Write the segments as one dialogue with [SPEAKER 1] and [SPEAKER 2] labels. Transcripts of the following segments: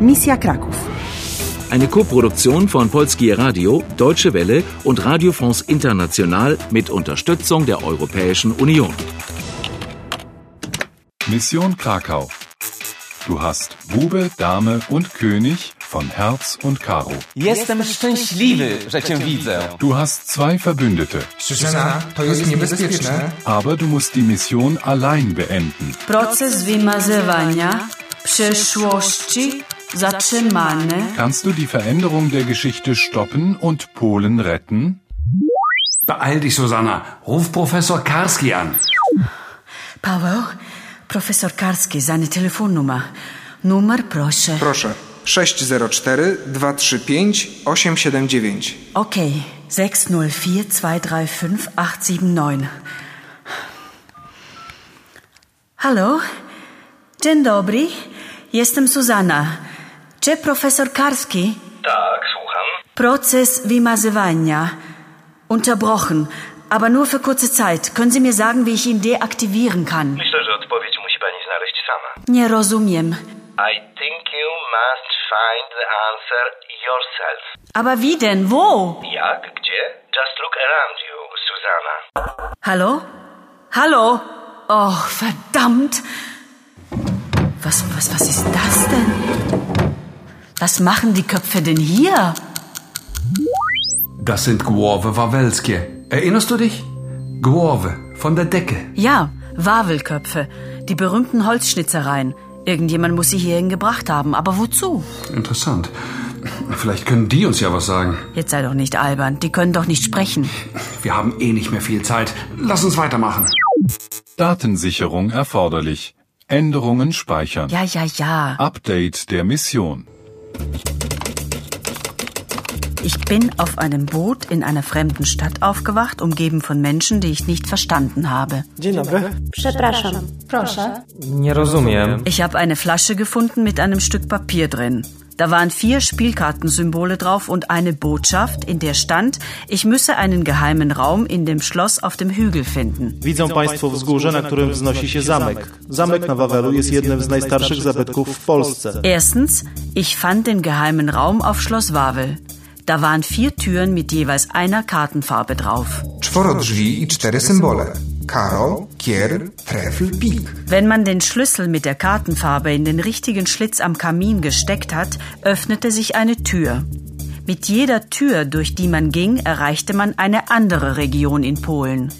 [SPEAKER 1] Misja Kraków.
[SPEAKER 2] Eine Koproduktion von Polskie Radio, Deutsche Welle und Radio France International mit Unterstützung der Europäischen Union.
[SPEAKER 3] Mission Krakau. Du hast Bube, Dame und König von Herz und Karo.
[SPEAKER 4] Jestem szczęśliwy, że cię widzę.
[SPEAKER 3] Du hast zwei Verbündete,
[SPEAKER 5] Susanna, to jest niebezpieczne.
[SPEAKER 3] aber du musst die Mission allein beenden.
[SPEAKER 6] Proces wymazywania przeszłości zatrzymany.
[SPEAKER 3] Kannst du die Veränderung der Geschichte stoppen und Polen retten?
[SPEAKER 7] Beeil dich, Susanna. Ruf Professor Karski an.
[SPEAKER 6] Paweł, profesor Karski, seine Telefonnummer. Numer proszę.
[SPEAKER 5] Proszę. 604 235 879.
[SPEAKER 6] Okay, 604 235 879. Hallo? Dzień dobry. Jestem Suzana. Czy profesor Karski?
[SPEAKER 8] Tak, słucham.
[SPEAKER 6] Prozess Wimasewania. Unterbrochen, aber nur für kurze Zeit. Können Sie mir sagen, wie ich ihn deaktivieren kann?
[SPEAKER 8] Myślę, że odpowiedź musi pani znaleźć sama.
[SPEAKER 6] Nie rozumiem.
[SPEAKER 8] I think you must find the answer yourself.
[SPEAKER 6] Aber wie denn? Wo?
[SPEAKER 8] Jak? Gdzie? Just look around you, Susanna.
[SPEAKER 6] Hallo? Hallo? Oh, verdammt! Was, was, was ist das denn? Was machen die Köpfe denn hier?
[SPEAKER 7] Das sind Głowy Wawelskie. Erinnerst du dich? Głowy von der Decke.
[SPEAKER 6] Ja, Wawelköpfe. Die berühmten Holzschnitzereien. Irgendjemand muss sie hierhin gebracht haben, aber wozu?
[SPEAKER 7] Interessant. Vielleicht können die uns ja was sagen.
[SPEAKER 6] Jetzt sei doch nicht albern, die können doch nicht sprechen.
[SPEAKER 7] Wir haben eh nicht mehr viel Zeit. Lass uns weitermachen.
[SPEAKER 3] Datensicherung erforderlich. Änderungen speichern.
[SPEAKER 6] Ja, ja, ja.
[SPEAKER 3] Update der Mission.
[SPEAKER 6] Ich bin auf einem Boot in einer fremden Stadt aufgewacht, umgeben von Menschen, die ich nicht verstanden habe.
[SPEAKER 9] Przepraszam. Proszę.
[SPEAKER 4] Nie rozumiem.
[SPEAKER 6] Ich habe eine Flasche gefunden mit einem Stück Papier drin. Da waren vier Spielkartensymbole drauf und eine Botschaft, in der stand, ich müsse einen geheimen Raum in dem Schloss auf dem Hügel finden.
[SPEAKER 10] Widzą Państwo wzgórze, na którym wznosi się zamek. Zamek na Wawelu jest jednym z najstarszych zabytków w Polsce.
[SPEAKER 6] Erstens, ich fand den geheimen Raum auf Schloss Wawel. Da waren vier Türen mit jeweils einer Kartenfarbe drauf.
[SPEAKER 5] Czworo drzwi i cztery symbole. Karo, kier, trefl, pik.
[SPEAKER 6] Wenn man den Schlüssel mit der Kartenfarbe in den richtigen Schlitz am Kamin gesteckt hat, öffnete sich eine Tür. Mit jeder Tür, durch die man ging, erreichte man eine andere Region in Polen.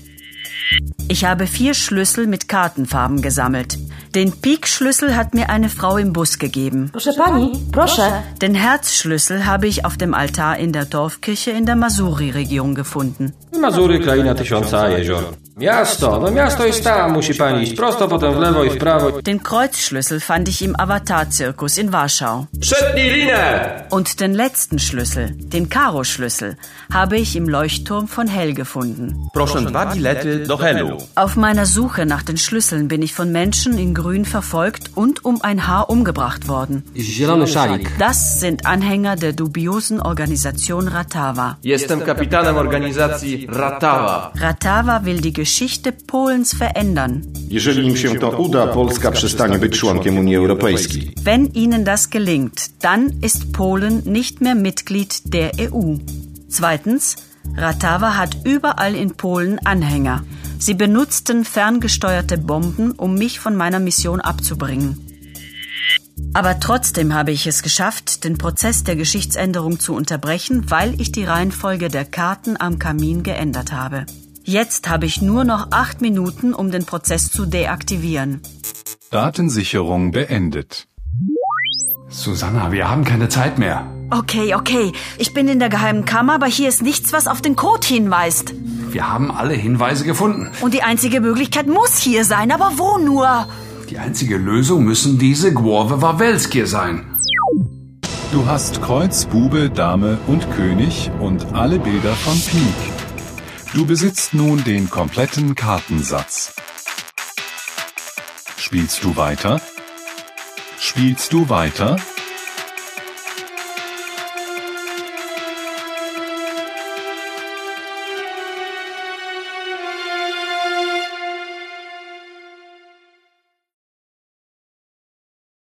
[SPEAKER 6] Ich habe vier Schlüssel mit Kartenfarben gesammelt. Den Pik-Schlüssel hat mir eine Frau im Bus gegeben.
[SPEAKER 9] Proszę pani, proszę.
[SPEAKER 6] Den Herzschlüssel habe ich auf dem Altar in der Dorfkirche in der Masuri-Region gefunden.
[SPEAKER 4] Mazury, kraina tysiąca jezior. Miasto, no miasto jest tam, musi pani iść prosto, potem w lewo i w prawo.
[SPEAKER 6] Den Kreuzschlüssel fand ich im Avatar-Zirkus in Warschau.
[SPEAKER 4] Przedni linę!
[SPEAKER 6] Und den letzten Schlüssel, den Karo-Schlüssel, habe ich im Leuchtturm von Hell gefunden.
[SPEAKER 4] Proszę dwa bilety do Helu.
[SPEAKER 6] Auf meiner Suche nach den Schlüsseln bin ich von Menschen in Grün verfolgt und um ein Haar umgebracht worden.
[SPEAKER 7] Zielony szalik.
[SPEAKER 6] Das sind Anhänger der dubiosen Organisation Ratava.
[SPEAKER 4] Jestem kapitanem organizacji Ratawa.
[SPEAKER 6] Ratava will die Geschichte Polens verändern.
[SPEAKER 11] Jeżeli im się to uda, Polska przestanie być członkiem Unii Europejskiej.
[SPEAKER 6] Wenn ihnen das gelingt, dann ist Polen nicht mehr Mitglied der EU. Zweitens, Ratawa hat überall in Polen Anhänger. Sie benutzten ferngesteuerte Bomben, um mich von meiner Mission abzubringen. Aber trotzdem habe ich es geschafft, den Prozess der Geschichtsänderung zu unterbrechen, weil ich die Reihenfolge der Karten am Kamin geändert habe. Jetzt habe ich nur noch acht Minuten, um den Prozess zu deaktivieren.
[SPEAKER 3] Datensicherung beendet.
[SPEAKER 7] Susanna, wir haben keine Zeit mehr.
[SPEAKER 6] Okay, okay. Ich bin in der geheimen Kammer, aber hier ist nichts, was auf den Code hinweist.
[SPEAKER 7] Wir haben alle Hinweise gefunden.
[SPEAKER 6] Und die einzige Möglichkeit muss hier sein, aber wo nur?
[SPEAKER 7] Die einzige Lösung müssen diese Głowy Wawelskie sein.
[SPEAKER 3] Du hast Kreuz, Bube, Dame und König und alle Bilder von Pik. Du besitzt nun den kompletten Kartensatz. Spielst du weiter? Spielst du weiter?